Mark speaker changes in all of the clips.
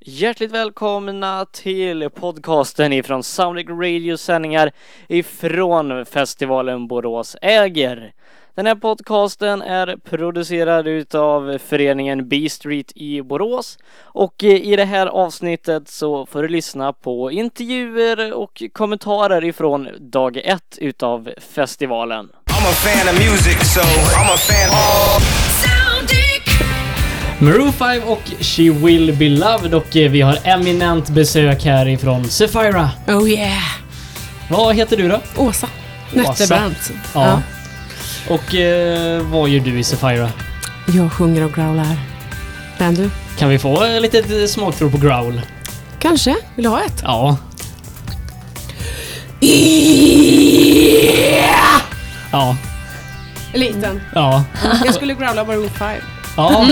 Speaker 1: Hjärtligt välkomna till podcasten ifrån Soundic Radio sändningar ifrån festivalen Borås äger. Den här podcasten är producerad utav föreningen B Street i Borås och eh, i det här avsnittet så får du lyssna på intervjuer och kommentarer ifrån dag ett utav festivalen.
Speaker 2: I'm a fan of music, so I'm a fan.
Speaker 1: Maroon 5 och She Will Be Loved och eh, vi har eminent besök här ifrån Sefira.
Speaker 3: Oh yeah!
Speaker 1: Vad heter du då?
Speaker 3: Åsa Netterbrandt.
Speaker 1: Ja. Och eh, vad gör du i Sefira?
Speaker 3: Jag sjunger och growlar. Men du,
Speaker 1: Kan vi få eh, lite eh, smakprov på growl?
Speaker 3: kanske? Vill du ha ett?
Speaker 1: Ja. Ja,
Speaker 3: Liten.
Speaker 1: ja,
Speaker 3: Jag skulle growla Maroon 5.
Speaker 1: ja.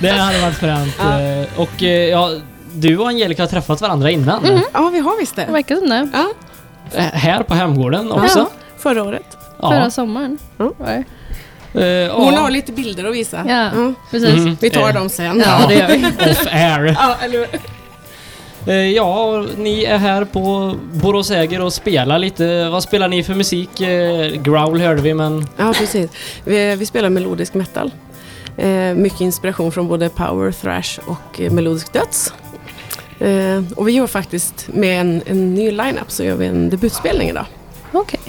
Speaker 1: Det hade varit fränt. Eh, Och eh, ja, du och Angelica har träffat varandra innan.
Speaker 3: Ja, vi har visst
Speaker 4: Det
Speaker 3: det.
Speaker 4: verkar som det.
Speaker 3: Ja,
Speaker 1: Eh, Här på hemgården också.
Speaker 4: Ja.
Speaker 3: förra året.
Speaker 4: Förra sommaren.
Speaker 3: Mm.
Speaker 4: var det.
Speaker 1: Eh,
Speaker 3: Hon
Speaker 1: ja.
Speaker 3: har lite bilder att visa.
Speaker 4: Ja, precis.
Speaker 1: Mm.
Speaker 3: Vi tar
Speaker 1: Eh,
Speaker 3: dem sen.
Speaker 4: Ja, det gör vi.
Speaker 1: Off air.
Speaker 3: Ja, eller hur?
Speaker 1: Eh, Ja, och ni är här på Borås Äger och spelar lite. Vad spelar ni för musik? Eh, Growl hörde vi, men...
Speaker 3: Ja, precis. Vi, vi spelar melodisk metal. Eh, mycket inspiration från både power, thrash och eh, melodisk döds. Eh, och vi gör faktiskt, med en, en ny line-up, så gör vi en debutspelning idag.
Speaker 4: Okej.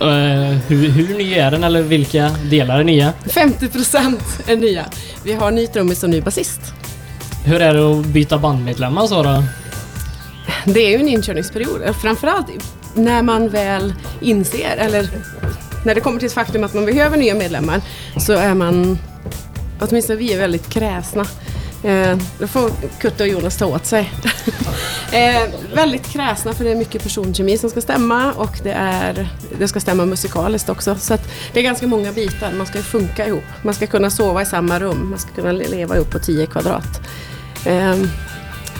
Speaker 1: Eh, hur, hur ny är den eller vilka delar är nya?
Speaker 3: 50 procent är nya. Vi har ny trummis och ny basist.
Speaker 1: Hur är det att byta bandmedlemmar så då?
Speaker 3: Det är ju en inkörningsperiod. Framförallt när man väl inser, eller när det kommer till ett faktum att man behöver nya medlemmar, så är man, åtminstone vi är väldigt kräsna. Eh, då får Kutte och Jonas ta åt sig. eh, väldigt kräsna för det är mycket personkemi som ska stämma och det, är, det ska stämma musikaliskt också. Så att det är ganska många bitar, man ska ju funka ihop. Man ska kunna sova i samma rum, man ska kunna leva ihop på 10 kvadrat. Ehm,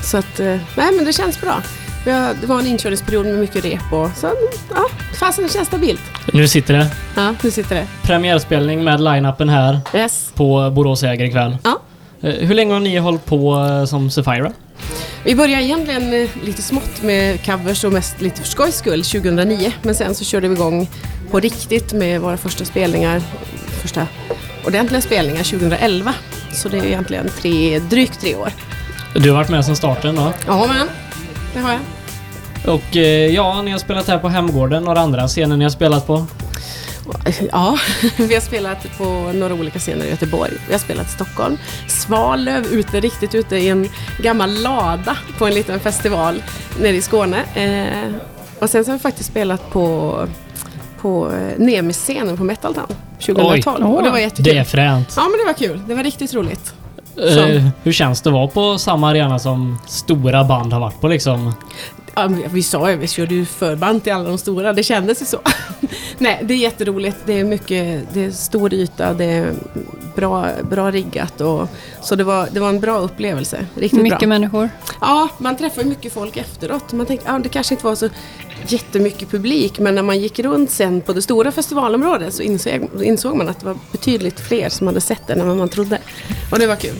Speaker 3: så att, eh, nej men det känns bra. Vi har- Det var en inkörningsperiod med mycket rep och så, ja, fasen det känns stabilt.
Speaker 1: Nu sitter det.
Speaker 3: Ja, nu sitter det.
Speaker 1: Premiärspelning med line-upen här
Speaker 3: Yes.
Speaker 1: på Borås Äger ikväll.
Speaker 3: Ja.
Speaker 1: Eh, Hur länge har ni hållit på eh, som Sefira?
Speaker 3: Vi började egentligen eh, lite smått med covers och mest lite för skojs skull 2009. Men sen så körde vi igång på riktigt med våra första spelningar, första ordentliga spelningar 2011. Så det är egentligen tre, drygt tre år.
Speaker 1: Du har varit med sedan starten då.
Speaker 3: Ja men, det har jag.
Speaker 1: Och eh, ja, ni har spelat här på Hemgården. Några andra scener ni har spelat på?
Speaker 3: Ja, vi har spelat på några olika scener i Göteborg. Vi har spelat i Stockholm. Svalöv, ute, riktigt ute i en gammal lada på en liten festival nere i Skåne. Eh, och sen så har vi faktiskt spelat på, på eh, Nemi-scenen på Metal Town 2012.
Speaker 4: Oj.
Speaker 3: och det var jättekul.
Speaker 1: Det är fränt.
Speaker 3: Ja, men det var kul. Det var riktigt roligt.
Speaker 1: Eh, hur känns det att vara på samma arena som stora band har varit på liksom?
Speaker 3: Ja, men vi sa ju, vi körde ju förband till alla de stora, det kändes ju så. Nej, det är jätteroligt, det är mycket, det är stor yta, det är bra, bra riggat och så det var, det var en bra upplevelse, riktigt
Speaker 4: Mycket
Speaker 3: bra.
Speaker 4: människor.
Speaker 3: Ja, man träffar ju mycket folk efteråt. Man tänkte, ja, det kanske inte var så jättemycket publik, men när man gick runt sen på det stora festivalområdet så insåg, insåg man att det var betydligt fler som hade sett den än vad man trodde. Och det var kul.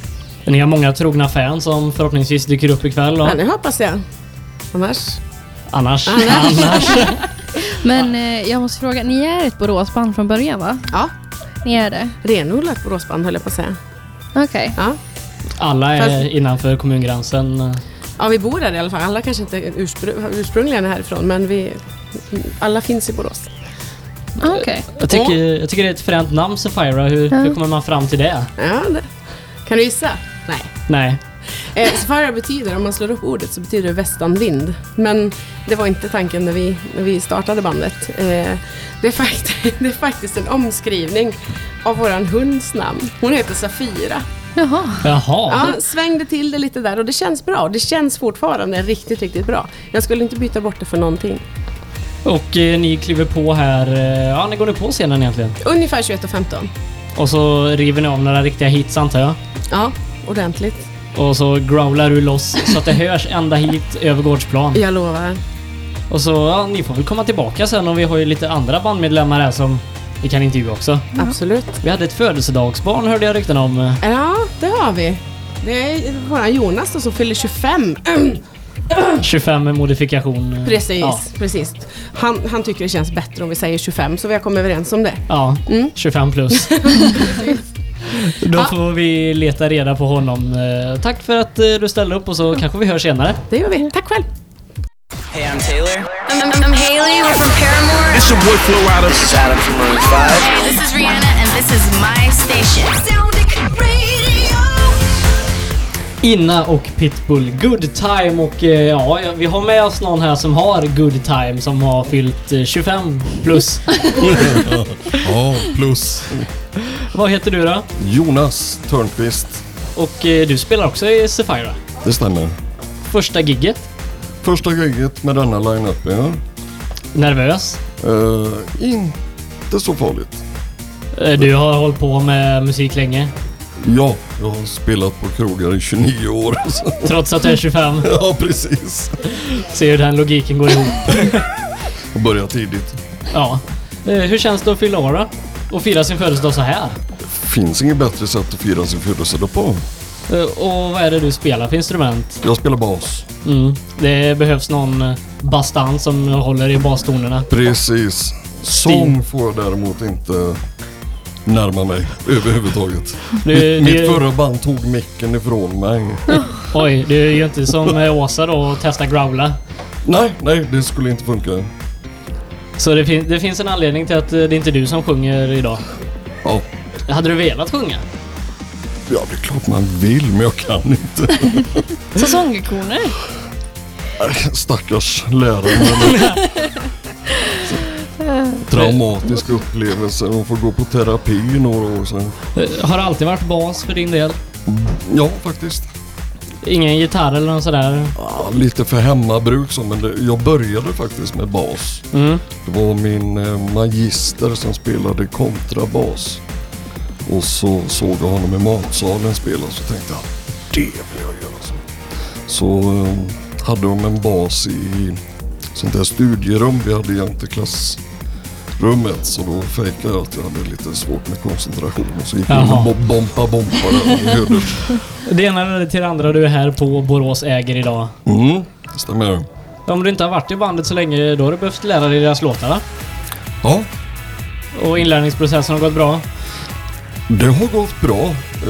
Speaker 1: Ni har många trogna fans som förhoppningsvis dyker upp ikväll då.
Speaker 3: Ja, nu hoppas jag. Annars
Speaker 1: Annars. Annars.
Speaker 4: Men eh, jag måste fråga, ni är ett Boråsband från början va?
Speaker 3: Ja.
Speaker 4: Ni är det?
Speaker 3: Renodlat Boråsband höll jag på att säga.
Speaker 4: Okej.
Speaker 3: Ja.
Speaker 1: Alla är
Speaker 3: Fast-
Speaker 1: innanför kommungränsen.
Speaker 3: Ja, vi bor där i alla fall. Alla kanske inte är urspr- ursprungligen är härifrån, men vi, alla finns i Borås.
Speaker 1: Eh.
Speaker 4: Okej.
Speaker 1: Jag tycker, jag tycker det är ett fränt namn, Sefira. Hur, hur kommer man fram till det?
Speaker 3: Ja, det. Kan du gissa? Nej.
Speaker 1: Nej.
Speaker 3: Eh, Safari betyder, om man slår upp ordet, så betyder det västanvind. Men det var inte tanken när vi, när vi startade bandet. Eh, det, är fakt- det är faktiskt en omskrivning av våran hunds namn. Hon heter Safira.
Speaker 4: Jaha.
Speaker 1: Jaha.
Speaker 3: Ja, svängde till det lite där och det känns bra. Det känns fortfarande riktigt, riktigt bra. Jag skulle inte byta bort det för någonting.
Speaker 1: Och eh, ni kliver på här. Eh, ja, ni går nu på scenen egentligen.
Speaker 3: Ungefär 21.15.
Speaker 1: Och så river ni om några riktiga hits antar jag.
Speaker 3: Ja, ordentligt.
Speaker 1: Och så growlar du loss så att det hörs ända hit över gårdsplan.
Speaker 3: Jag lovar.
Speaker 1: Och så, ja, ni får väl komma tillbaka sen och vi har ju lite andra bandmedlemmar här som vi
Speaker 3: Mm.
Speaker 1: kan intervjua också.
Speaker 3: Absolut.
Speaker 1: Vi hade ett födelsedagsbarn hörde jag rykten om. eh,
Speaker 3: Ja, det har vi. Det är våran Jonas då, som fyller 25.
Speaker 1: 25 med modifikation. eh,
Speaker 3: Precis,
Speaker 1: Ja.
Speaker 3: precis. Han, han tycker det känns bättre om vi säger 25, så vi har kommit överens om det.
Speaker 1: ja 25 plus. Då får vi leta reda på honom. Eh, Tack för att eh, du ställde upp och så kanske vi hörs senare.
Speaker 3: Det gör vi. Tack själv.
Speaker 5: Hey, I'm Taylor.
Speaker 6: I'm, I'm, I'm Haley. We're from Paramore.
Speaker 7: It's your boy Flo Rida.
Speaker 5: It's Adam from Maroon 5.
Speaker 6: Hey, this is Rihanna, and this is my station. Soundic Radio.
Speaker 1: Inna och Pitbull, good time och eh, ja, vi har med oss någon här som har good time som har fyllt eh, 25 plus.
Speaker 8: Ja, plus
Speaker 1: Vad heter du då?
Speaker 8: Jonas Törnqvist.
Speaker 1: Och eh, du spelar också i Sefira.
Speaker 8: Det stämmer.
Speaker 1: Första gigget.
Speaker 8: Första giget med denna line-upen. Ja.
Speaker 1: Nervös.
Speaker 8: Eh, inte så farligt.
Speaker 1: Eh, Du har hållit på med musik länge.
Speaker 8: Ja, jag har spelat på krogar i 29 år. så-
Speaker 1: Trots att du är 25.
Speaker 8: ja, precis.
Speaker 1: Ser hur den logiken går ihop.
Speaker 8: Och börjat tidigt.
Speaker 1: Ja. Eh, Hur känns det att fylla år då? Och fira sin födelsedag så här?
Speaker 8: Finns inget bättre sätt att fira sin födelsedag på.
Speaker 1: Eh, Och vad är det du spelar för instrument?
Speaker 8: Jag spelar bas.
Speaker 1: Mm. Det behövs någon eh, bastant som håller i bastonerna.
Speaker 8: Precis. Sång får jag däremot inte närma mig överhuvudtaget.
Speaker 1: Du,
Speaker 8: Mitt
Speaker 1: du,
Speaker 8: förra band tog micken ifrån mig.
Speaker 1: oj, du är ju inte som eh, Åsa då och testar growla.
Speaker 8: Nej, nej, det skulle inte funka.
Speaker 1: Så det, fin- det finns en anledning till att eh, det är inte är du som sjunger idag.
Speaker 8: Ja,
Speaker 1: Hade du velat sjunga?
Speaker 8: Ja, det är klart man vill, men jag kan inte.
Speaker 4: Säsongkoner.
Speaker 8: Stackars läraren. Traumatiska upplevelser. Hon får gå på terapi i några år sedan.
Speaker 1: Eh, Har det alltid varit bas för din del?
Speaker 8: Ja, faktiskt.
Speaker 1: Ingen gitarr eller något sådär?
Speaker 8: Ja, lite för hemmabruk så, men det, jag började faktiskt med bas.
Speaker 1: Mm.
Speaker 8: Det var min eh, magister som spelade kontrabas. Och så såg jag honom i matsalen spela och så tänkte jag, det vill jag göra. Så, så eh, hade de en bas i sånt där studierum vi hade jämte klassrummet. Så då fejkade jag att jag hade lite svårt med koncentration. Och så gick jag in
Speaker 1: Jaha.
Speaker 8: och bo- bompa bompa där och hörde.
Speaker 1: Det ena eller till det andra du är här på Borås äger idag.
Speaker 8: Mm, det stämmer.
Speaker 1: Om du inte har varit i bandet så länge, då har du behövt lära dig deras låtar va?
Speaker 8: Ja,
Speaker 1: Och inlärningsprocessen har gått bra.
Speaker 8: Det har gått bra,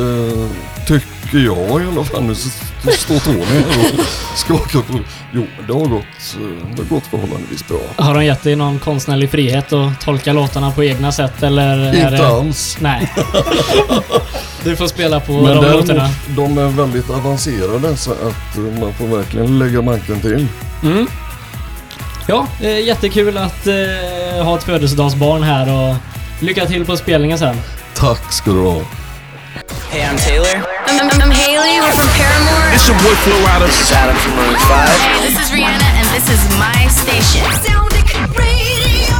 Speaker 8: eh, tycker jag i alla fall. Nu s- står Tony här och skakar på Jo, det har gått, eh, det har gått förhållandevis bra.
Speaker 1: Har de gett dig någon konstnärlig frihet att tolka låtarna på egna sätt eller? är
Speaker 8: Inte
Speaker 1: det...
Speaker 8: alls.
Speaker 1: Nej. Du får spela på
Speaker 8: Men
Speaker 1: de
Speaker 8: däremot,
Speaker 1: låtarna.
Speaker 8: de är väldigt avancerade så att eh, man får verkligen lägga manken till.
Speaker 1: Mm. Ja, eh, jättekul att eh, ha ett födelsedagsbarn här och lycka till på spelningen sen.
Speaker 8: Tack ska du ha.
Speaker 5: Hey, I'm Taylor.
Speaker 6: I'm, I'm, I'm Haley. We're from Paramore.
Speaker 7: It's your boy Flo Rida.
Speaker 5: It's Adam from Maroon 5.
Speaker 6: Hey, this is Rihanna, and this is my station. Soundic Radio.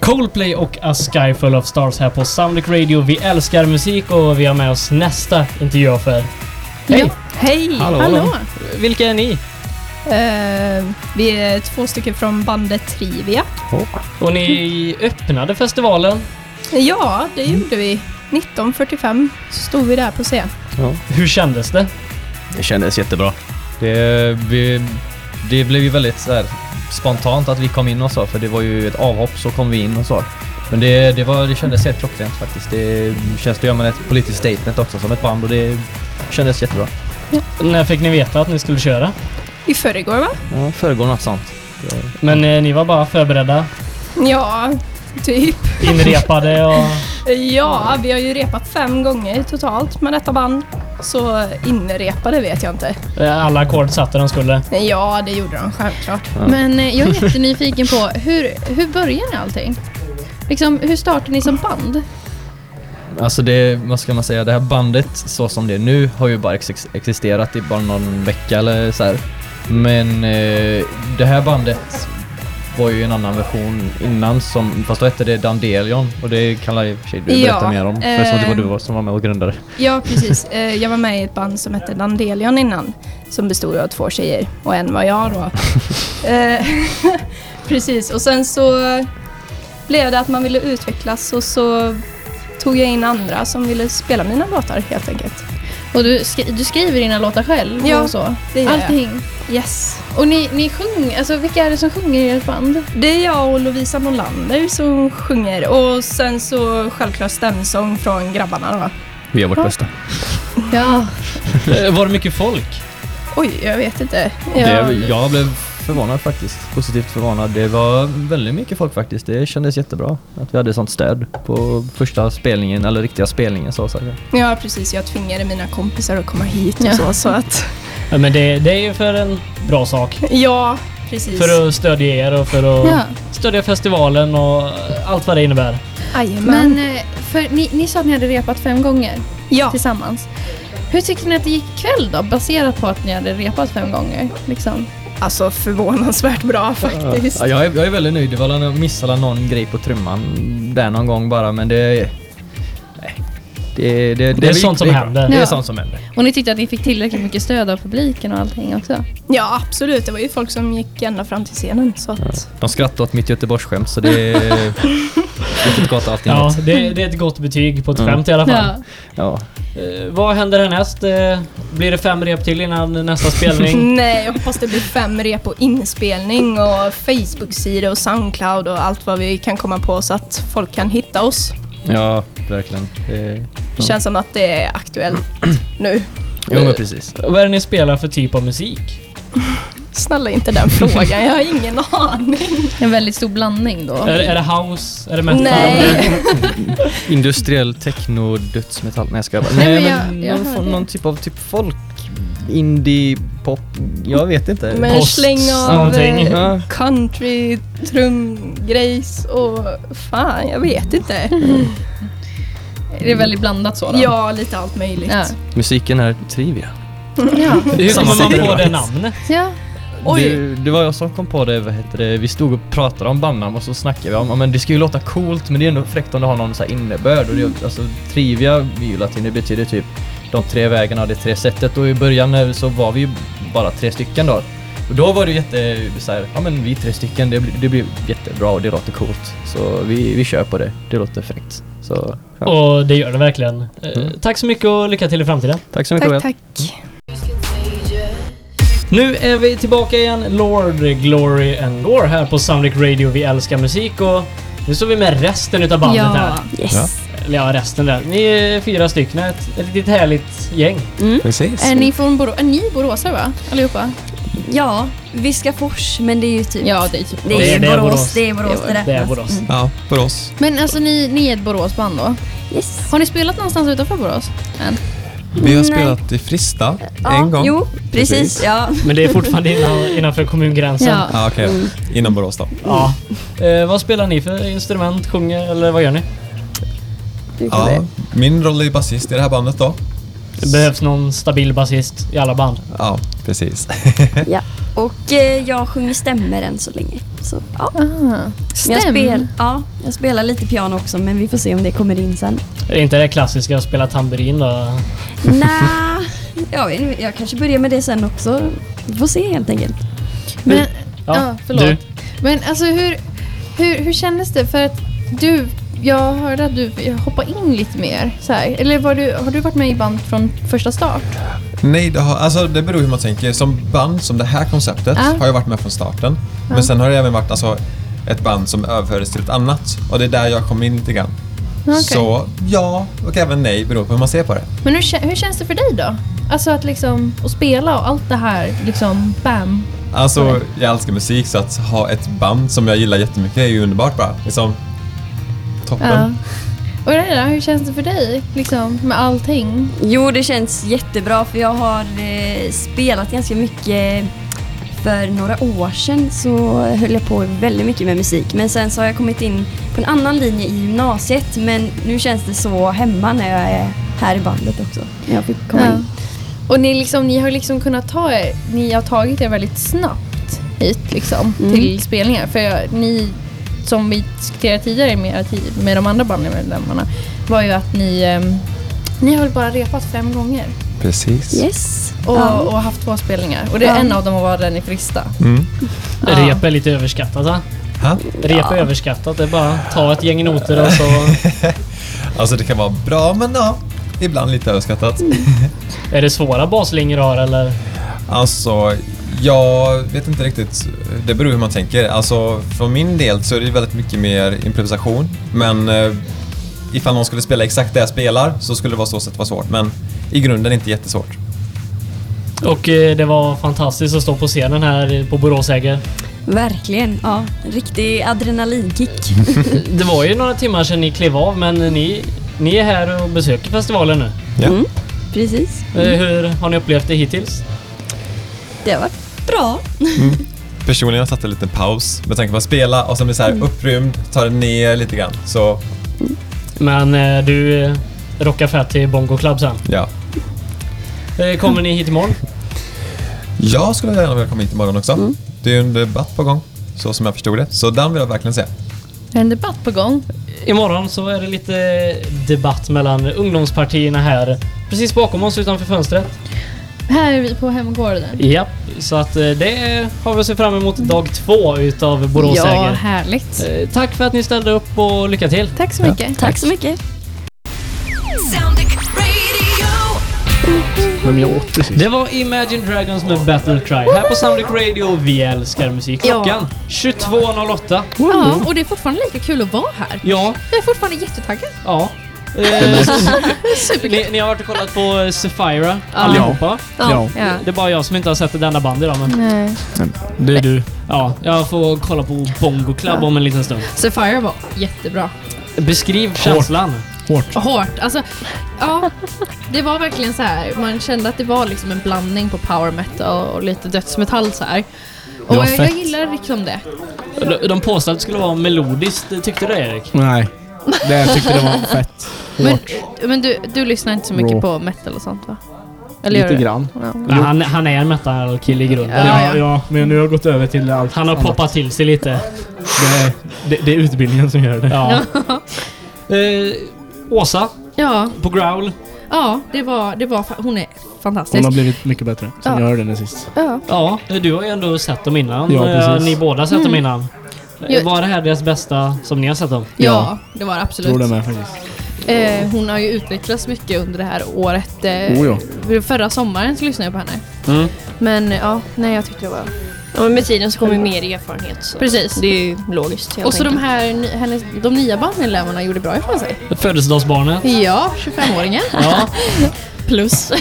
Speaker 1: Coldplay och A Sky Full of Stars här på Soundic Radio. Vi älskar musik och vi har med oss nästa intervjuoffer. Hej!
Speaker 9: Ja. Hej!
Speaker 1: Hallå. Vilka är ni?
Speaker 9: Eh, vi är två stycken från bandet Trivia.
Speaker 1: Och ni öppnade festivalen.
Speaker 9: Ja, det
Speaker 1: Mm.
Speaker 9: gjorde vi. 19.45 så stod vi där på scen.
Speaker 1: Hur kändes det?
Speaker 10: Det kändes jättebra. Det, vi, det blev ju väldigt så här, spontant att vi kom in och så, för det var ju ett avhopp så kom vi in och så. Men det, det, var, det kändes helt klockrent faktiskt. Det känns, då gör man ett politiskt statement också som ett band och det kändes jättebra.
Speaker 1: När fick ni veta att ni skulle köra?
Speaker 9: I förrgår va?
Speaker 10: Ja, föregår något sånt.
Speaker 1: Men eh, ni var bara förberedda,
Speaker 9: Ja, typ.
Speaker 1: inrepade och...
Speaker 9: Ja, vi har ju repat fem gånger totalt med detta band. Så inrepade vet jag inte.
Speaker 1: eh, Alla ackord satte de skulle.
Speaker 9: Ja, det gjorde de självklart.
Speaker 4: Men eh, jag är jättenyfiken på hur, hur börjar ni allting? Liksom, hur startar ni som band?
Speaker 10: Alltså det, vad ska man säga, det här bandet så som det är nu har ju bara ex- existerat i bara någon vecka eller så här. Men eh, det här bandet var ju en annan version innan som, fast då hette det Dandelion och det kan väl i och för sig du
Speaker 9: Ja,
Speaker 10: berätta mer om eftersom det var
Speaker 9: eh,
Speaker 10: du var- som var med och grundade.
Speaker 9: Ja, precis. Eh, Jag var med i ett band som hette Dandelion innan, som bestod av två tjejer och en var jag då. Eh, precis, och sen så blev det att man ville utvecklas och så tog jag in andra som ville spela mina låtar helt enkelt.
Speaker 4: Och du, skri- du skriver dina låtar själv
Speaker 9: Ja,
Speaker 4: och så?
Speaker 9: det gör jag.
Speaker 4: Allting?
Speaker 9: Yes.
Speaker 4: Och ni, ni sjunger, alltså vilka är det som sjunger i ert band?
Speaker 9: Det är jag och Lovisa Molander som sjunger och sen så självklart stämsång från grabbarna då.
Speaker 10: Vi gör vårt
Speaker 9: Ja.
Speaker 10: bästa.
Speaker 4: Ja.
Speaker 1: Eh, Var det mycket folk?
Speaker 9: Oj, jag vet inte.
Speaker 10: Det, jag blev förvånad faktiskt. Positivt förvånad. Det var väldigt mycket folk faktiskt. Det kändes jättebra att vi hade sånt stöd på första spelningen, eller riktiga spelningen så att säga.
Speaker 9: Ja, precis. Jag tvingade mina kompisar att komma hit och så. så att,
Speaker 1: Ja, men det, det är ju för en bra sak.
Speaker 9: ja, precis.
Speaker 1: För att stödja er och för att
Speaker 4: Ja.
Speaker 1: stödja festivalen och allt vad det innebär.
Speaker 9: Jajamän.
Speaker 4: Men eh, för, ni, ni sa att ni hade repat fem gånger
Speaker 9: ja.
Speaker 4: tillsammans. Hur tyckte ni att det gick kväll då, baserat på att ni hade repat fem gånger? Liksom?
Speaker 9: Alltså förvånansvärt bra faktiskt.
Speaker 10: Ja, jag, är, jag är väldigt nöjd. Det var någon- missade någon grej på trumman där någon gång bara, men det... nej. Det, det, det,
Speaker 1: är sånt som
Speaker 10: det,
Speaker 1: händer.
Speaker 10: Det är
Speaker 4: Ja.
Speaker 10: sånt som händer.
Speaker 4: Och ni tyckte att ni fick tillräckligt mycket stöd av publiken och allting också?
Speaker 9: Ja, absolut. Det var ju folk som gick ända fram till scenen. Så att,
Speaker 10: De skrattade åt mitt göteborgsskämt så det... Jag fick gott allting
Speaker 1: Ja,
Speaker 10: ja.
Speaker 1: det, det är ett gott betyg på ett
Speaker 10: Mm.
Speaker 1: skämt i alla fall.
Speaker 10: ja.
Speaker 1: Eh, vad händer härnäst? Eh, blir det fem rep till innan nästa spelning?
Speaker 9: nej, jag hoppas det blir fem rep och inspelning och Facebook-sida och Soundcloud och allt vad vi kan komma på så att folk kan hitta oss.
Speaker 10: ja, verkligen. Det,
Speaker 9: Det känns som att det är aktuellt nu.
Speaker 10: jo men precis.
Speaker 1: Vad är det ni spelar för typ av musik?
Speaker 9: Snälla inte den frågan, jag har ingen aning.
Speaker 4: En väldigt stor blandning då?
Speaker 1: Är, är det house? Är det metal?
Speaker 9: Nej.
Speaker 10: Industriell techno dödsmetall. Nej jag skojar bara.
Speaker 4: Nej,
Speaker 10: Nej,
Speaker 4: men jag-
Speaker 10: men
Speaker 4: jag
Speaker 10: någon,
Speaker 4: hör
Speaker 10: form-
Speaker 4: det.
Speaker 10: någon typ av typ folk, indie, pop. Jag vet inte.
Speaker 9: Med en
Speaker 1: Post,
Speaker 9: släng av
Speaker 1: någonting.
Speaker 9: eh,
Speaker 10: Ja.
Speaker 9: country, trumgrejs och fan, jag vet inte.
Speaker 4: Är det väldigt blandat sådant?
Speaker 9: Ja, lite allt möjligt.
Speaker 4: Ja.
Speaker 10: Musiken är trivia.
Speaker 4: ja.
Speaker 1: Hur kommer man på
Speaker 10: Samma.
Speaker 1: det namnet?
Speaker 4: ja.
Speaker 9: Oj,
Speaker 10: Det, det var jag som kom på det, vad heter det, vi stod och pratade om bandnamn och så snackade vi om, ja, men det ska ju låta coolt men det är ändå fräckt om det har någon så här innebörd och det, alltså trivia vi ju latin, det betyder typ de tre vägarna och det tre sättet och i början när- så var vi ju bara tre stycken då. Och då var det jätte så här, ja men vi är tre stycken, det, blir- det blir jättebra och det låter coolt. Så vi, vi kör på det, det låter fräckt. Så ja.
Speaker 1: Och det gör det verkligen. Eh,
Speaker 10: Mm.
Speaker 1: Tack så mycket och lycka till i framtiden.
Speaker 10: tack så mycket
Speaker 9: tack
Speaker 10: väl.
Speaker 9: tack.
Speaker 1: Nu är vi tillbaka igen, Lord Glory and Gore här på Sandvik Radio. Vi älskar musik och nu står vi med resten utav bandet här. Eller ja, resten där. Ni är fyra stycken, ett, ett litet härligt gäng.
Speaker 11: Precis.
Speaker 4: Är ni från Borå- är ni boråsare va? Allihopa?
Speaker 11: Ja, Viskafors, men det är ju typ...
Speaker 4: Ja, det är typ
Speaker 11: Det är,
Speaker 1: Det är-
Speaker 11: ju
Speaker 1: det är
Speaker 11: Borås,
Speaker 1: Borås.
Speaker 11: det är Borås, det räknas.
Speaker 1: Det är Borås.
Speaker 11: Mm. Ja.
Speaker 7: Ja, för oss.
Speaker 4: Men alltså ni, ni är ett Boråsband då?
Speaker 11: Yes.
Speaker 4: Har ni spelat någonstans utanför Borås? Än?
Speaker 7: Vi har
Speaker 11: Mm, Nej.
Speaker 7: spelat i Frista
Speaker 11: Ja,
Speaker 7: en gång.
Speaker 11: Jo, precis.
Speaker 7: Precis.
Speaker 11: Ja.
Speaker 1: Men det är fortfarande innan, innanför kommungränsen.
Speaker 4: Ja.
Speaker 7: Ja, Ah, okej.
Speaker 11: Mm.
Speaker 7: Innan Borås då.
Speaker 1: Ja. Eh, vad spelar ni för instrument? Sjunger eller vad gör ni?
Speaker 7: Ja, min roll är ju basist i det här bandet då.
Speaker 1: Det behövs någon stabil basist i alla band.
Speaker 7: Ja, precis.
Speaker 11: ja. Och eh, jag sjunger stämmer än så länge. Så, ja.
Speaker 4: Ah.
Speaker 11: Men
Speaker 4: Stäm?
Speaker 11: jag, spel, ja, jag spelar lite piano också, men vi får se om det kommer in sen.
Speaker 1: Är det inte det klassiska att spela tamburin då?
Speaker 11: Nja, jag, vet inte, jag kanske börjar med det sen också. Vi får se helt enkelt.
Speaker 4: Men,
Speaker 1: Ja,
Speaker 4: ja, förlåt.
Speaker 1: du.
Speaker 4: Men alltså hur, hur, hur kändes det? För att du, jag hörde att du hoppade in lite mer. Så här. Eller var du, har du varit med i band från första start?
Speaker 7: Nej, det, har, alltså, det beror hur man tänker. Som band, som det här konceptet,
Speaker 4: Ja.
Speaker 7: har jag varit med från starten. Men sen har det även varit alltså, ett band som överfördes till ett annat. Och det är där jag kom in lite grann.
Speaker 4: Okej.
Speaker 7: Så ja, och även nej, beror på hur man ser på det.
Speaker 4: Men hur, kä- hur känns det för dig då? Alltså att liksom, att spela och allt det här liksom, bam.
Speaker 7: Alltså, jag älskar musik så att ha ett band som jag gillar jättemycket är ju underbart bara. Liksom, toppen.
Speaker 4: Ja. Och det där, hur känns det för dig? Liksom, med allting?
Speaker 11: Jo, det känns jättebra för jag har eh, spelat ganska mycket för några år sedan så höll jag på väldigt mycket med musik men sen så har jag kommit in på en annan linje i gymnasiet men nu känns det så hemma när jag är här i bandet också. När jag fick komma
Speaker 4: Ja.
Speaker 11: in.
Speaker 4: Och ni, liksom, ni har liksom kunnat ta er, ni har tagit er väldigt snabbt hit liksom,
Speaker 11: Mm.
Speaker 4: till spelningar. För jag, ni, som vi diskuterade tidigare med, era ti- med de andra bandmedlemmarna, var ju att ni, ehm, ni har väl bara repat fem gånger
Speaker 7: Precis.
Speaker 11: Yes.
Speaker 4: och,
Speaker 11: Ja.
Speaker 4: och haft två spelningar. Och det,
Speaker 11: Ja.
Speaker 4: en av dem var den i Frista.
Speaker 7: Mm.
Speaker 4: Ja.
Speaker 1: Rep är lite överskattat va?
Speaker 7: Ha?
Speaker 1: Rep är överskattat. Det är bara att ta ett gäng noter och så...
Speaker 7: Alltså det kan vara bra men ja, Ibland lite överskattat.
Speaker 1: Är det svåra baslinjer du har eller?
Speaker 7: Alltså, jag vet inte riktigt. Det beror hur man tänker. Alltså, för min del så är det väldigt mycket mer improvisation. Men eh, ifall någon skulle spela exakt det jag spelar så skulle det vara så sett vara svårt. Men i grunden inte jättesvårt.
Speaker 1: Och eh, det var fantastiskt att stå på scenen här på Borås Äger.
Speaker 11: Verkligen, ja. En riktig adrenalinkick.
Speaker 1: Det var ju några timmar sedan ni klev av men ni, ni är här och besöker festivalen nu.
Speaker 7: Ja.
Speaker 11: Precis.
Speaker 1: Eh, Hur har ni upplevt det hittills?
Speaker 11: Det har varit bra.
Speaker 7: Personligen har jag tagit en liten paus med tanke på att spela och sen blir så här
Speaker 11: Mm.
Speaker 7: upprymd, tar det ner lite grann. Så
Speaker 1: Men eh, du eh, rockar fett till Bongo Club sen.
Speaker 7: ja.
Speaker 1: Eh, Kommer ni hit imorgon?
Speaker 7: Jag skulle gärna vilja komma hit imorgon också.
Speaker 11: Mm.
Speaker 7: Det är ju en debatt på gång, så som jag förstod det. Så den vill jag verkligen se.
Speaker 4: Är en debatt på gång?
Speaker 1: Imorgon så är det lite debatt mellan ungdomspartierna här precis bakom oss utanför fönstret.
Speaker 4: Här är vi på hemgården.
Speaker 1: Japp, så att eh, det har vi att se fram emot dag två utav Borås
Speaker 4: ja,
Speaker 1: Äger.
Speaker 4: härligt.
Speaker 1: Eh, Tack för att ni ställde upp och lycka till.
Speaker 4: Tack så mycket.
Speaker 11: Tack så mycket.
Speaker 6: Soundic Radio.
Speaker 1: Det var Imagine Dragons med Battle Cry här på Soundic Radio. Vi älskar musik.
Speaker 4: Ja.
Speaker 1: Klockan 22.08.
Speaker 4: Ja, och det är fortfarande lika kul att vara här.
Speaker 1: Ja,
Speaker 4: Jag är fortfarande jättetaggad.
Speaker 1: ja.
Speaker 4: är
Speaker 1: Eh, ni, ni har varit och kollat på eh, Sapphira allihopa.
Speaker 4: Ja. Ja.
Speaker 1: Det är bara jag som inte har sett det denna band idag. Men...
Speaker 4: Nej.
Speaker 1: Det är du. Ja, jag får kolla på Bongo Club om en liten stund.
Speaker 4: Sapphire var jättebra.
Speaker 1: Beskriv känslan.
Speaker 4: Hårt. Hårt. Alltså, ja, det var verkligen så här. Man kände att det var liksom en blandning på power metal och lite dödsmetall så här. Och
Speaker 1: Det var
Speaker 4: jag, jag
Speaker 1: fett.
Speaker 4: gillar liksom det.
Speaker 1: De- De påstod att det skulle vara melodiskt. Tyckte du det Erik?
Speaker 12: Nej. Det jag tyckte det var fett
Speaker 4: Men,
Speaker 12: hårt.
Speaker 4: men du, du lyssnar inte så mycket
Speaker 1: Raw.
Speaker 4: på metal och sånt va? gör
Speaker 12: Lite
Speaker 4: du det?
Speaker 12: grann.
Speaker 4: Ja.
Speaker 1: Men han, han är en metal-kille i grunden.
Speaker 12: Ja, ja. men nu har jag gått över till allt
Speaker 1: Han har
Speaker 12: annat.
Speaker 1: poppat till sig lite.
Speaker 12: Det, det, det är utbildningen som gör det.
Speaker 1: Ja. eh, Åsa
Speaker 4: Ja,
Speaker 1: på Growl.
Speaker 4: ja det var, det var, fa- hon är fantastisk.
Speaker 12: Hon har blivit mycket bättre sen
Speaker 4: Ja.
Speaker 12: jag hörde henne sist.
Speaker 4: Ja.
Speaker 1: Ja, Eh, du har ju ändå sett dem innan.
Speaker 12: Ja, precis.
Speaker 1: Eh, Ni båda har sett dem
Speaker 4: Mm.
Speaker 1: innan.
Speaker 4: Ja.
Speaker 1: Var det här deras bästa som ni har sett dem?
Speaker 4: Ja, det var det absolut.
Speaker 12: Tror det med faktiskt.
Speaker 4: Eh, hon har ju utvecklats mycket under det här året. Eh,
Speaker 12: Oh,
Speaker 4: Förra sommaren så lyssnade jag på henne.
Speaker 1: Mm.
Speaker 4: Men eh, ja, nej jag tyckte det var...
Speaker 13: Ja, men med tiden så kommer ju mer erfarenhet. Så
Speaker 4: Precis.
Speaker 13: Det är ju logiskt. helt
Speaker 4: Och så de
Speaker 13: enkelt.
Speaker 4: här ny- hennes, de nya bandmedlemmarna gjorde bra ifrån sig.
Speaker 1: Födelsedagsbarnet.
Speaker 4: Ja, 25-åringen.
Speaker 1: Ja.
Speaker 4: Plus.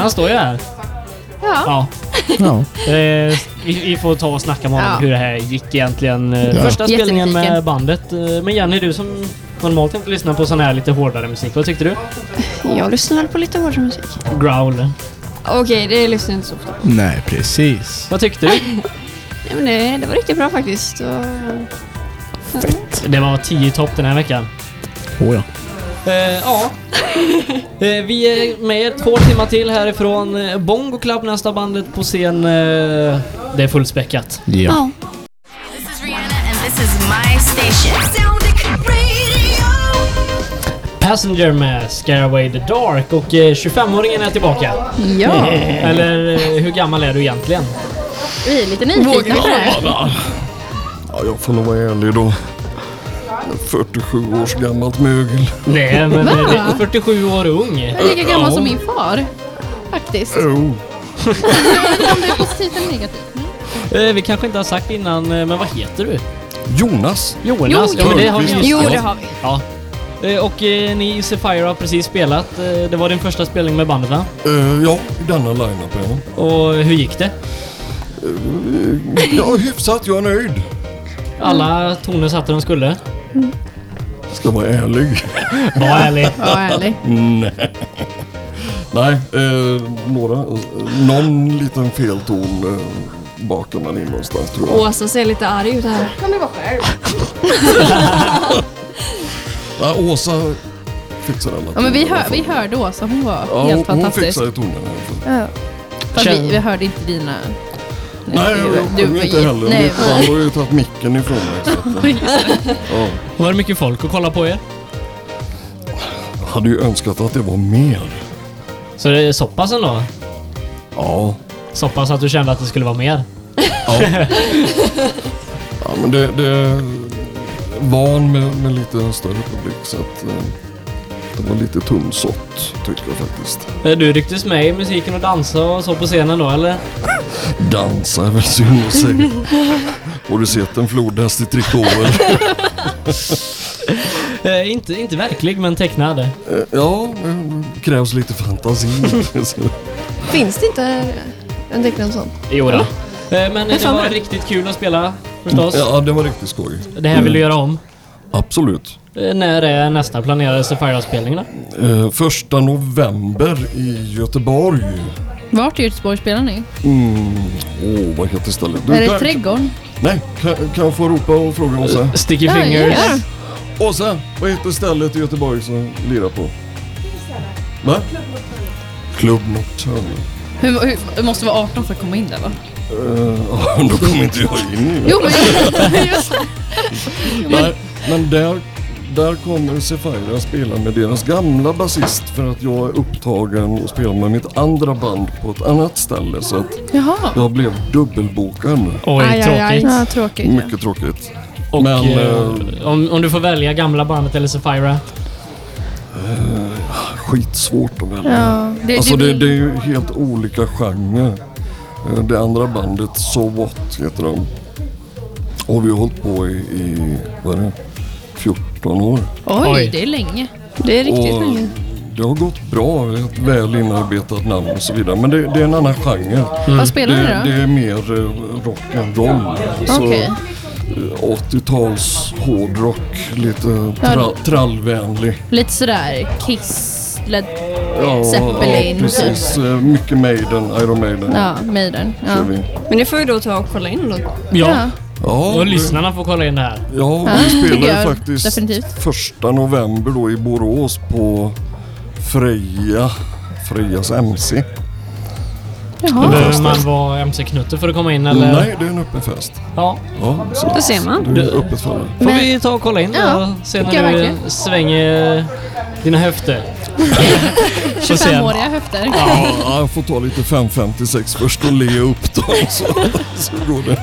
Speaker 1: Han står ju här.
Speaker 4: ja.
Speaker 1: Ja. Eh, vi, vi får ta och snacka med honom
Speaker 4: Ja.
Speaker 1: hur det här gick egentligen. Eh,
Speaker 4: Ja.
Speaker 1: Första spelningen med
Speaker 4: Jättenyfiken.
Speaker 1: bandet. Eh, Men Jenny, du som normalt inte lyssnar på sån här lite hårdare musik. Vad tyckte du?
Speaker 13: Jag lyssnar väl på lite hårdare musik.
Speaker 1: Growl.
Speaker 13: Okej, det lyssnar jag inte så ofta.
Speaker 12: Nej, precis.
Speaker 1: Vad tyckte du?
Speaker 13: Nej, men det, det var riktigt bra faktiskt. Och,
Speaker 1: Det var 10 i topp den här veckan.
Speaker 12: Oh, ja.
Speaker 1: Eh, ja. Eh, vi är med er två timmar till härifrån eh, Bongo Club, nästa bandet på scen. Eh, det är fullspäckat.
Speaker 6: Ja. This is Rihanna and this is my station. Soundic Radio.
Speaker 1: Passenger med Scare Away The Dark och eh, 25-åringen är tillbaka.
Speaker 4: Ja.
Speaker 1: Eller eh, hur gammal är du egentligen?
Speaker 4: Vi är lite nyfikna på det här.
Speaker 8: Ja, jag får nog vara ärlig då. 47 års gammalt mögel.
Speaker 1: Nej, men
Speaker 4: Va?
Speaker 1: eh, det är 47 år ung.
Speaker 4: Jag är lika gammal som min far. Faktiskt.
Speaker 8: Jo.
Speaker 4: Jag vet inte om det är
Speaker 14: typ
Speaker 4: positivt eller negativt.
Speaker 1: Eh, vi kanske inte har sagt innan, eh, men vad heter du?
Speaker 8: Jonas.
Speaker 1: Jonas, ja, men det har vi just
Speaker 8: Jo,
Speaker 1: ja.
Speaker 8: det har vi.
Speaker 1: Ja. Eh, Och eh, ni i Sapphire har precis spelat. Eh, Det var din första spelning med bandet va?
Speaker 8: Eh, ja, i denna line-upen. ja.
Speaker 1: Och hur gick det?
Speaker 8: Eh, ja, hyfsat. Jag är nöjd.
Speaker 1: Alla toner satte de skulle?
Speaker 8: Ska vara ärlig.
Speaker 1: Var ärlig.
Speaker 4: Var ärlig.
Speaker 8: Nej. Nej, eh, några, eh, någon liten felton eh, bakar man in någonstans tror jag.
Speaker 11: Åsa ser lite arg ut här. Kan du vara själv?
Speaker 8: Ja, Åsa fixar alla
Speaker 4: Ja, men vi,
Speaker 8: toner i alla
Speaker 4: hör,
Speaker 8: fall.
Speaker 4: vi hörde Åsa, hon var
Speaker 8: Ja, hon,
Speaker 4: helt
Speaker 8: hon
Speaker 4: fantastisk.
Speaker 8: fixar tonerna i alla fall.
Speaker 4: Ja. Fast vi,
Speaker 8: Känn-
Speaker 4: vi hörde inte dina...
Speaker 8: Nej, jag
Speaker 4: du-
Speaker 8: jag
Speaker 4: du-
Speaker 8: sjunger inte heller.
Speaker 4: nej,
Speaker 8: Nej, han har ju tagit micken ifrån mig. Så att, eh, ja.
Speaker 1: Var det mycket folk att kolla på er?
Speaker 8: Jag hade ju önskat att det var mer.
Speaker 1: Så det är så pass ändå?
Speaker 8: Ja.
Speaker 1: Så pass att du kände att det skulle vara mer?
Speaker 8: Ja. Ja, men det, det är van med, med lite större publik så att... eh, Den var lite tunnsått tycker jag faktiskt.
Speaker 1: Eh, Du rycktes med i musiken och dansade och så på scenen då eller?
Speaker 8: Dansa är väl synd att säga. Har du sett en flodhäst i trikåer?
Speaker 1: Eh, inte, inte verklig men tecknad.
Speaker 8: Eh, Ja, eh, krävs lite fantasi.
Speaker 13: Finns det inte en
Speaker 9: Typ
Speaker 13: tecknad sån?
Speaker 1: Jo då. Eh, Men
Speaker 13: Men
Speaker 1: det
Speaker 13: fan
Speaker 1: var
Speaker 13: vad-
Speaker 1: riktigt kul att spela förstås.
Speaker 8: Ja, det var riktigt skoj.
Speaker 1: Det här vill du
Speaker 8: Mm.
Speaker 1: göra om?
Speaker 8: Absolut.
Speaker 1: Eh, När är nästa planerade Sapphire-spelning då?
Speaker 8: Eh, första november i Göteborg.
Speaker 14: Vart i Göteborg spelar ni?
Speaker 8: Mm. Åh, vad heter stället? Du,
Speaker 14: är det
Speaker 8: kan-
Speaker 14: trädgården?
Speaker 8: Nej, kan, kan jag få ropa och fråga Åsa?
Speaker 1: Sticky
Speaker 14: Ja, Fingers. ja,
Speaker 8: Åsa, vad heter stället i Göteborg som vi lirar på? Va? Club Nocturne.
Speaker 14: Hur, hur, du måste vara 18 för att komma in där va?
Speaker 8: Eh, ja, då kommer inte jag in
Speaker 14: Jo men just det.
Speaker 8: Nej, men där, där kommer Sefira spela med deras gamla basist för att jag är upptagen och spelar med mitt andra band på ett annat ställe så att
Speaker 14: Jaha.
Speaker 8: jag blev dubbelbokad.
Speaker 1: Oj,
Speaker 14: Aj, aj, aj. tråkigt. Ja, tråkigt, ja.
Speaker 8: Mycket tråkigt.
Speaker 1: Och
Speaker 8: men...
Speaker 1: eh,
Speaker 8: eh,
Speaker 1: om, om du får välja gamla bandet eller Sapphire?
Speaker 8: Eh, skitsvårt att välja.
Speaker 1: Ja, det-
Speaker 8: alltså
Speaker 1: det-
Speaker 8: det, det är ju helt olika genrer. Eh, Det andra bandet, So What, heter de. Och vi har hållit på i, i vad är det, 14 år.
Speaker 14: Oj, det är länge.
Speaker 13: Det är
Speaker 8: och Det har gått bra, ett väl inarbetat namn och så vidare. Men det, det är en annan genre.
Speaker 14: Vad spelar
Speaker 8: det,
Speaker 14: ni då?
Speaker 8: Det är mer eh, rock'n'roll. Så,
Speaker 14: Okej.
Speaker 8: eh, 80-tals hårdrock, lite tra, trallvänlig.
Speaker 14: Lite sådär Kiss, Led
Speaker 8: Ja,
Speaker 14: Zeppelin. typ.
Speaker 8: ja precis. Eh, Mycket Maiden, Iron Maiden.
Speaker 14: Ja, Maiden.
Speaker 8: Kör
Speaker 14: Ja.
Speaker 8: vi.
Speaker 11: Men det får vi då ta och kolla in då.
Speaker 1: Ja.
Speaker 8: Ja,
Speaker 1: och
Speaker 8: det-
Speaker 1: lyssnarna får kolla in det här.
Speaker 8: Ja,
Speaker 11: Ja,
Speaker 8: vi
Speaker 11: det
Speaker 8: spelar
Speaker 11: gör
Speaker 8: ju faktiskt
Speaker 11: definitivt.
Speaker 8: första november då i Borås på Freja, Frejas MC.
Speaker 1: Då behöver man vara MC-knutte för att komma in eller?
Speaker 8: Nej, det är en öppen fest.
Speaker 1: Ja.
Speaker 8: Ja, så
Speaker 1: Där ser man.
Speaker 8: Det är öppet för det.
Speaker 1: Får vi ta och kolla in
Speaker 14: Ja,
Speaker 1: då och se
Speaker 14: tycker jag
Speaker 1: när du
Speaker 14: verkligen.
Speaker 1: svänger dina höfter? Får se.
Speaker 14: 25-åriga höfter.
Speaker 8: Ja, jag får ta lite 556 först och le upp dem så, så går det.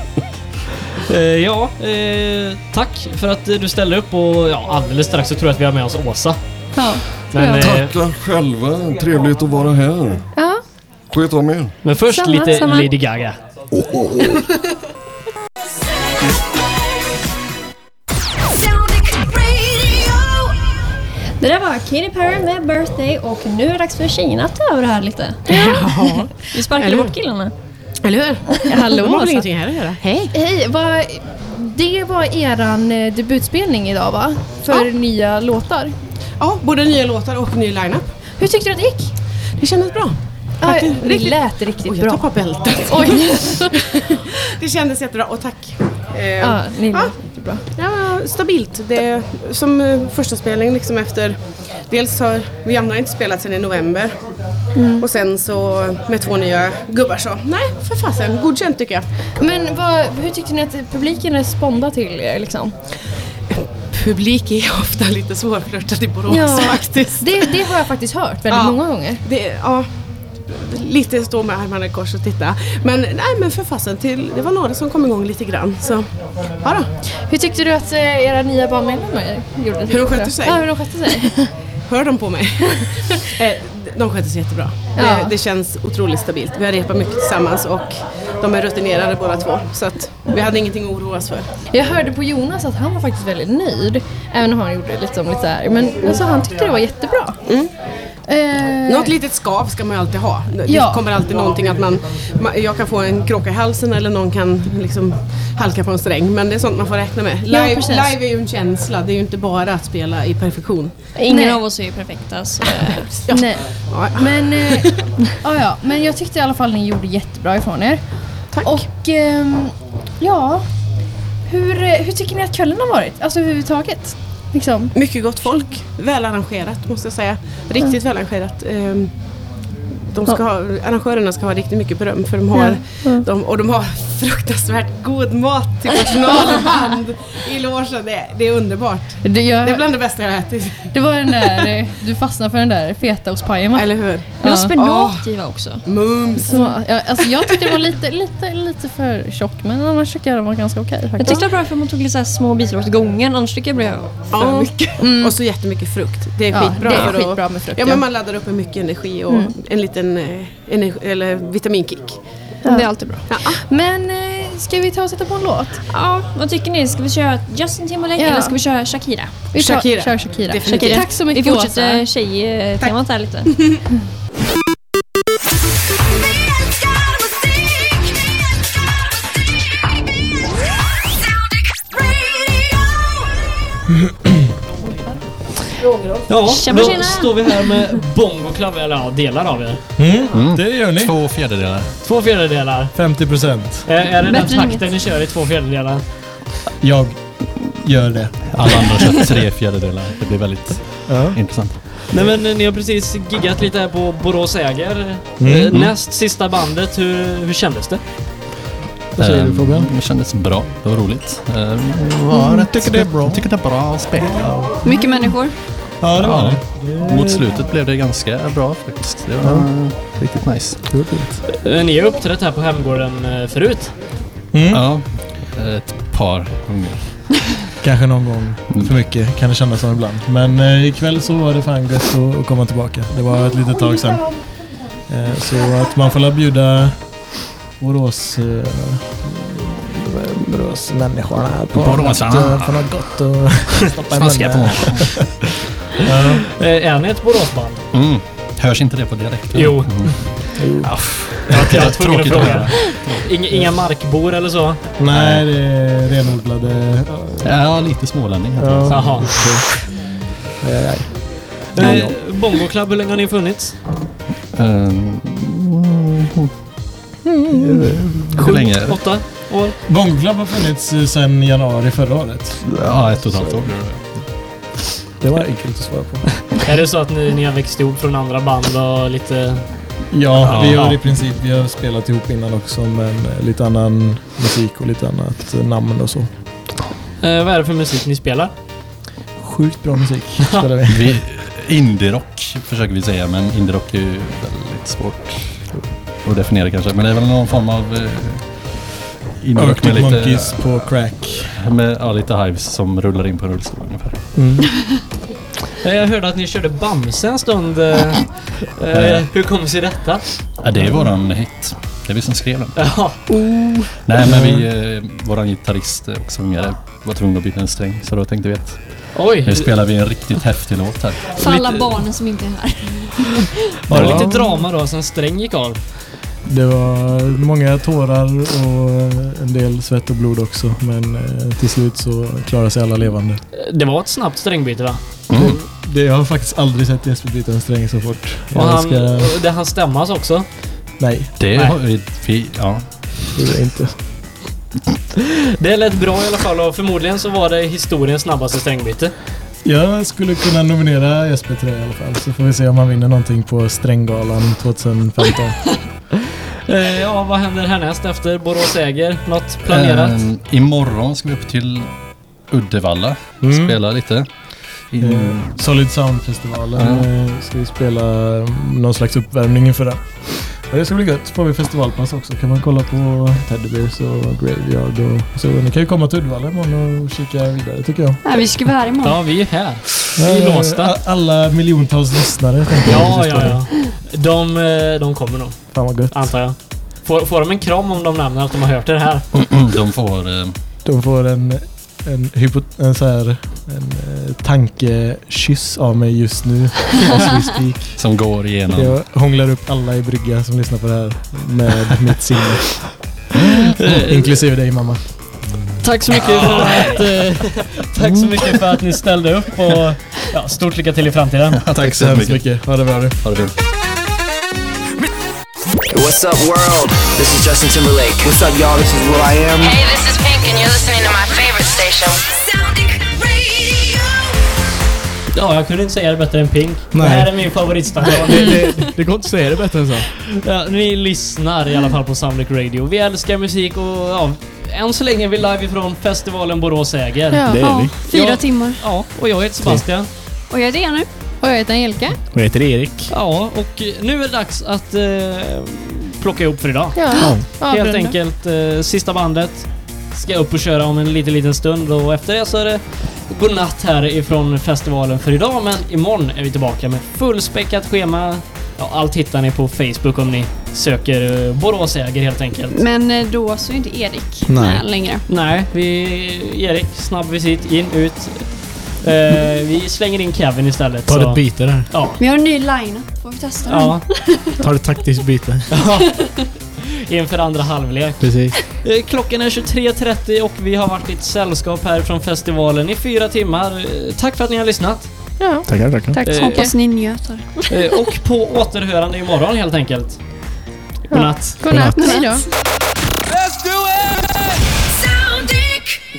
Speaker 1: Eh, ja, eh, tack för att eh, du ställde upp och ja, alldeles strax så tror jag att vi har med oss Åsa.
Speaker 14: Ja.
Speaker 1: Men, eh,
Speaker 8: Tackar själva, trevligt att vara här.
Speaker 14: Ja.
Speaker 8: Sköt om er.
Speaker 1: men först
Speaker 8: Samma,
Speaker 1: lite
Speaker 8: samma.
Speaker 1: Lady Gaga.
Speaker 13: Det där var Katy Perry med Birthday och nu är det dags för Kina att ta över här lite. Vi sparkade
Speaker 14: Eller-
Speaker 13: bort killarna.
Speaker 14: Eller hur? Hallå, har
Speaker 13: Åsa.
Speaker 14: väl ingenting här att göra? Hej.
Speaker 4: Hej, vad, det var eran eh, debutspelning idag va? För nya låtar.
Speaker 3: Ja, både nya låtar och ny lineup.
Speaker 4: Hur tyckte du att det gick?
Speaker 3: Det kändes bra.
Speaker 4: Ja,
Speaker 3: Verkligen.
Speaker 4: det lät riktigt
Speaker 3: Oj,
Speaker 4: bra.
Speaker 3: jag tappade bältet.
Speaker 4: Oj.
Speaker 3: det kändes jättebra och tack. Eh,
Speaker 4: Ja, ni
Speaker 3: ja.
Speaker 4: lät jättebra.
Speaker 3: Ja, stabilt. Det är som eh, första spelning liksom efter... Dels har vi andra inte spelat sedan i november. Och sen så med två nya gubbar så, nej för fasen, godkänt tycker jag.
Speaker 4: Men vad, hur tyckte ni att publiken respondade till er liksom?
Speaker 3: Publik är ofta lite svårflörtad i Borås faktiskt.
Speaker 4: Det, det har jag faktiskt hört väldigt
Speaker 3: Ja.
Speaker 4: många gånger.
Speaker 3: Det, ja, lite stå med armarna i kors och titta. Men nej men för fasen, till, det var några som kom igång lite grann. Så, ja då.
Speaker 4: Hur tyckte du att eh, era nya bandmedlemmar gjorde?
Speaker 3: Hur de skötte sig?
Speaker 4: Ja, hur de skötte sig.
Speaker 3: Hör de på mig? Eh, de sköter sig jättebra.
Speaker 4: Ja.
Speaker 3: Det, det känns otroligt stabilt. Vi har repat mycket tillsammans och de är rutinerade båda två. Så att vi hade ingenting att oroa oss för.
Speaker 4: Jag hörde på Jonas att han var faktiskt väldigt nöjd. Även om han gjorde lite om lite där. Men alltså, han tyckte det var jättebra. Eh,
Speaker 3: Något litet skav ska man ju alltid ha. Det
Speaker 4: Ja.
Speaker 3: kommer alltid någonting att man, man... Jag kan få en kråka i halsen eller någon kan liksom halka på en sträng. Men det är sånt man får räkna med.
Speaker 13: Ja,
Speaker 3: Live,
Speaker 13: precis.
Speaker 3: live är ju en känsla. Det är ju inte bara att spela i perfektion.
Speaker 13: Ingen av oss är ju perfekta så...
Speaker 4: Nej. Men, eh, ja, ja. Men jag tyckte i alla fall ni gjorde jättebra ifrån er.
Speaker 3: Tack.
Speaker 4: Och ehm, ja, hur, eh, hur tycker ni att kvällen har varit? Alltså överhuvudtaget? Liksom.
Speaker 3: Mycket gott folk. Välarrangerat måste jag säga. Riktigt välarrangerat. Ehm, De ska ha, arrangörerna ska ha riktigt mycket beröm för de har,
Speaker 4: Ja.
Speaker 3: de, och de har fruktansvärt god mat till personal och band i logen. Det, det är underbart.
Speaker 14: Det, jag-
Speaker 3: det är bland det bästa jag har ätit.
Speaker 14: Det var den där, eh, du fastnade för den där fetaostpajen va? Eller
Speaker 3: hur?
Speaker 14: Ja.
Speaker 13: Och spenat i va också.
Speaker 3: Mums!
Speaker 14: ja, alltså jag tyckte det var lite, lite, lite för tjock men annars tycker jag den var ganska okej
Speaker 13: Jag
Speaker 14: faktiskt.
Speaker 13: tyckte det var bra för man tog lite så här små bitar åt gången, annars tycker jag det blev för
Speaker 3: Ja.
Speaker 13: mycket.
Speaker 3: Och så jättemycket frukt. Det är
Speaker 13: Mm. Ja,
Speaker 3: skitbra.
Speaker 13: det är
Speaker 3: för att-
Speaker 13: skitbra med frukt,
Speaker 3: Ja,
Speaker 13: ja.
Speaker 3: men man laddar upp med mycket energi och
Speaker 13: Mm.
Speaker 3: en liten eh, energi, eller vitaminkick.
Speaker 13: Det är alltid bra.
Speaker 14: Men eh, ska vi ta och sätta på en låt?
Speaker 13: Ja, vad tycker ni? Ska vi köra Justin Timberlake
Speaker 14: Ja.
Speaker 13: eller ska vi köra Shakira?
Speaker 14: Vi tar- Shakira. kör Shakira. Definitivt. Tack så mycket,
Speaker 13: Vi fortsätter
Speaker 14: Åsa.
Speaker 13: tjejtemat här lite.
Speaker 1: Ja,
Speaker 13: Tjena,
Speaker 1: då
Speaker 13: tjena.
Speaker 1: står vi här med bongoklav, eller ja, delar av er.
Speaker 15: Mm, Det gör ni. Två fjärdedelar.
Speaker 1: Två fjärdedelar. Eh,
Speaker 15: 50 procent.
Speaker 1: Är, är det den
Speaker 15: Bättre än
Speaker 1: takten ni kör i två fjärdedelar?
Speaker 15: Jag gör det. Alla andra kör tre fjärdedelar. Det blir väldigt intressant.
Speaker 1: Nej men eh, ni har precis giggat lite här på Borås Äger.
Speaker 15: Mm.
Speaker 1: Eh,
Speaker 15: Mm.
Speaker 1: Näst sista bandet, hur, hur kändes det?
Speaker 12: Vad säger du, Fabian?
Speaker 15: eh, Det kändes bra. Det var roligt. Eh, det var rätt-
Speaker 12: Tycker det är bra.
Speaker 15: Tycker det är bra att spela. och-
Speaker 11: Mycket människor.
Speaker 15: Ja, det var
Speaker 1: det.
Speaker 15: det. Mot slutet blev det ganska bra faktiskt. Det var riktigt nice.
Speaker 1: Eh, Ni har uppträtt här på Hemgården eh, förut.
Speaker 12: Mm.
Speaker 15: Ja, ett par gånger. Mm.
Speaker 12: Kanske någon gång för mycket kan det kännas som ibland. Men eh, ikväll så var det fan gött att, att komma tillbaka. Det var ett litet tag sedan. Eh, så att man får la bjuda Borås... Eh, Boråsmänniskorna på, något,
Speaker 1: Boråsarna.
Speaker 12: eh, på något gott och stoppa i
Speaker 15: Smaska
Speaker 12: munnen.
Speaker 1: Eh, Är ni ett Boråsband?
Speaker 15: Mm. Hörs inte det på dialekten?
Speaker 1: Jo.
Speaker 15: Mm.
Speaker 1: Jag var tvungen att
Speaker 15: Tråkigt att
Speaker 1: fråga.
Speaker 15: höra.
Speaker 1: Inga, inga markbor eller så?
Speaker 12: Nej, det är renodlade...
Speaker 15: Ja, lite smålänning. hade jag.
Speaker 1: Jaha.
Speaker 12: Aj, aj, aj.
Speaker 1: Eh, Bongo Club, hur länge har ni funnits?
Speaker 15: Ehm, Hur länge?
Speaker 1: Åtta år?
Speaker 12: Bongoklabb har funnits eh, sedan januari förra året.
Speaker 15: Ja, ett och ett halvt år.
Speaker 12: Det var enkelt att svara på.
Speaker 1: Är det så att ni, ni har växt ihop från andra band och lite...
Speaker 12: Ja, vi har i princip vi har spelat ihop innan också men eh, lite annan musik och lite annat eh, namn och så.
Speaker 1: Eh, vad är det för musik ni spelar?
Speaker 12: Sjukt bra musik spelar vi.
Speaker 15: Vi, indie-rock försöker vi säga, men indie-rock är ju väldigt svårt att definiera kanske. Men det är väl någon form av eh, indie-rock
Speaker 12: Arctic
Speaker 15: med lite...
Speaker 12: Monkeys på crack.
Speaker 15: Med, ja, lite hives som rullar in på en rullstol ungefär.
Speaker 1: Eh, jag hörde att ni körde Bamse en stund. Eh, eh, hur kom sig detta?
Speaker 15: Ja, det är våran hit. Det är vi som skrev den.
Speaker 1: Ja.
Speaker 15: Nej, men vi, eh, våran gitarrist och sångare var tvungen att byta en sträng, så då tänkte vi att
Speaker 1: Oj.
Speaker 15: nu spelar vi en riktigt häftig låt här.
Speaker 13: För alla
Speaker 1: Lite-
Speaker 13: barnen som inte är här.
Speaker 1: Var det
Speaker 12: Ja.
Speaker 1: lite drama då sen Sträng gick av?
Speaker 12: Det var många tårar och eh, en del svett och blod också men eh, till slut så klarade sig alla levande.
Speaker 1: Eh, Det var ett snabbt strängbyte va?
Speaker 12: Det, jag har faktiskt aldrig sett Jesper byta en sträng så fort.
Speaker 1: Och
Speaker 12: Jag
Speaker 1: han,
Speaker 12: ska-
Speaker 1: och det han stämmas alltså också?
Speaker 12: Nej.
Speaker 15: Det
Speaker 1: Nej.
Speaker 15: har vi... vi- Ja.
Speaker 12: Det är inte.
Speaker 1: Det lät bra i alla fall och förmodligen så var det historiens snabbaste strängbyte.
Speaker 12: Jag skulle kunna nominera Jesper till det i alla fall så får vi se om han vinner någonting på Stränggalan 2015.
Speaker 1: Eh, ja, vad händer härnäst efter Borås äger? Något planerat?
Speaker 10: Eh,
Speaker 15: Ehm, imorgon ska vi upp till Uddevalla
Speaker 12: Mm.
Speaker 15: spela lite. In,
Speaker 12: Eh, Solid Sound-festivalen
Speaker 15: Ja.
Speaker 12: eh, ska vi spela eh, någon slags uppvärmning inför den. Och det ska bli gött. Får vi festivalpass också kan man kolla på Teddy Bears och Graveyard och så. Ni kan ju komma till Uddevalla imorgon och kika vidare tycker jag.
Speaker 11: Nej, vi ska vara här imorgon.
Speaker 1: Ja, vi är här. Vi är
Speaker 12: Eh,
Speaker 1: låsta.
Speaker 12: a- Alla miljontals lyssnare tänker jag.
Speaker 1: Ja,
Speaker 12: Vi
Speaker 1: ja,
Speaker 12: ska spela.
Speaker 1: ja. De, eh, de kommer nog,
Speaker 12: Fan vad gött.
Speaker 1: antar jag. Får, får de en kram om de nämner att de har hört det här?
Speaker 15: de får... eh,
Speaker 12: De får en, en, hypo, en, så här, en eh, tankekyss av mig just nu. As we speak.
Speaker 15: Som går igenom.
Speaker 12: Jag hånglar upp alla i brygga som lyssnar på det här med mitt sinne.
Speaker 1: Eh,
Speaker 12: Inklusive dig mamma.
Speaker 1: Tack så mycket för att, eh, tack så mycket för att ni ställde upp och ja, stort lycka till i framtiden.
Speaker 12: Tack så hemskt mycket. Ha det bra nu.
Speaker 15: Ha det fint.
Speaker 5: What's up, world? This is Justin Timberlake. What's up, y'all? This is Will I Am.
Speaker 6: Hey, this is Pink, and you're listening to my favorite station. Sounding Radio.
Speaker 1: Ja, jag kunde inte säga det bättre än Pink.
Speaker 12: Nej.
Speaker 1: Det här är min favoritstation.
Speaker 12: det, det, det går inte att säga det bättre än så.
Speaker 1: Ja, ni lyssnar i alla fall på Samlik Radio. Vi älskar musik och ja, än så länge är vi live ifrån festivalen Borås äger.
Speaker 9: Fyra
Speaker 1: Ja,
Speaker 9: timmar.
Speaker 1: Ja, och jag heter Sebastian.
Speaker 9: Och jag heter Jenny. Och jag heter Angelica.
Speaker 12: Jag heter Erik.
Speaker 1: Ja, och nu är det dags att eh, plocka ihop för idag.
Speaker 9: Ja. Ja.
Speaker 1: Helt
Speaker 9: Avrunda.
Speaker 1: enkelt, eh, sista bandet ska upp och köra om en liten, liten stund och efter det så är det godnatt här ifrån festivalen för idag. Men imorgon är vi tillbaka med fullspäckat schema. Ja, allt hittar ni på Facebook om ni söker eh, Borås äger helt enkelt.
Speaker 9: Men eh, då så är inte Erik
Speaker 1: Nej.
Speaker 9: med längre.
Speaker 1: Nej, vi... Erik, snabb visit, in, ut. Eh, vi slänger in Kevin istället.
Speaker 12: Ta
Speaker 1: så-
Speaker 12: ett byte där.
Speaker 1: Ja.
Speaker 9: Vi har en ny line Får vi testa den?
Speaker 1: Ja.
Speaker 12: Ta ett taktiskt byte.
Speaker 1: Inför andra halvlek.
Speaker 12: Precis.
Speaker 1: Eh, Klockan är 23.30 och vi har varit i ett sällskap här från festivalen i fyra timmar. Eh, Tack för att ni har lyssnat.
Speaker 9: Ja.
Speaker 12: Tackar, tackar.
Speaker 9: Tack.
Speaker 1: Eh,
Speaker 9: Hoppas ni njöt av
Speaker 1: Eh, Och på återhörande imorgon helt enkelt. Godnatt.
Speaker 16: Godnatt. Hej då.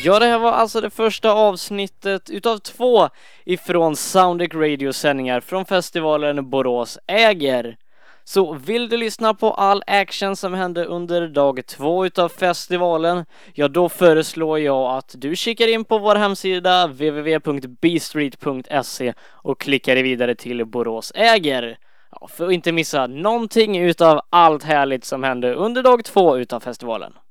Speaker 4: Ja, det här var alltså det första avsnittet utav två ifrån Soundic Radio sändningar från festivalen Borås äger. Så vill du lyssna på all action som hände under dag två utav festivalen, ja då föreslår jag att du kikar in på vår hemsida www.bstreet.se och klickar dig vidare till Borås äger. Ja, för att inte missa någonting utav allt härligt som hände under dag två utav festivalen.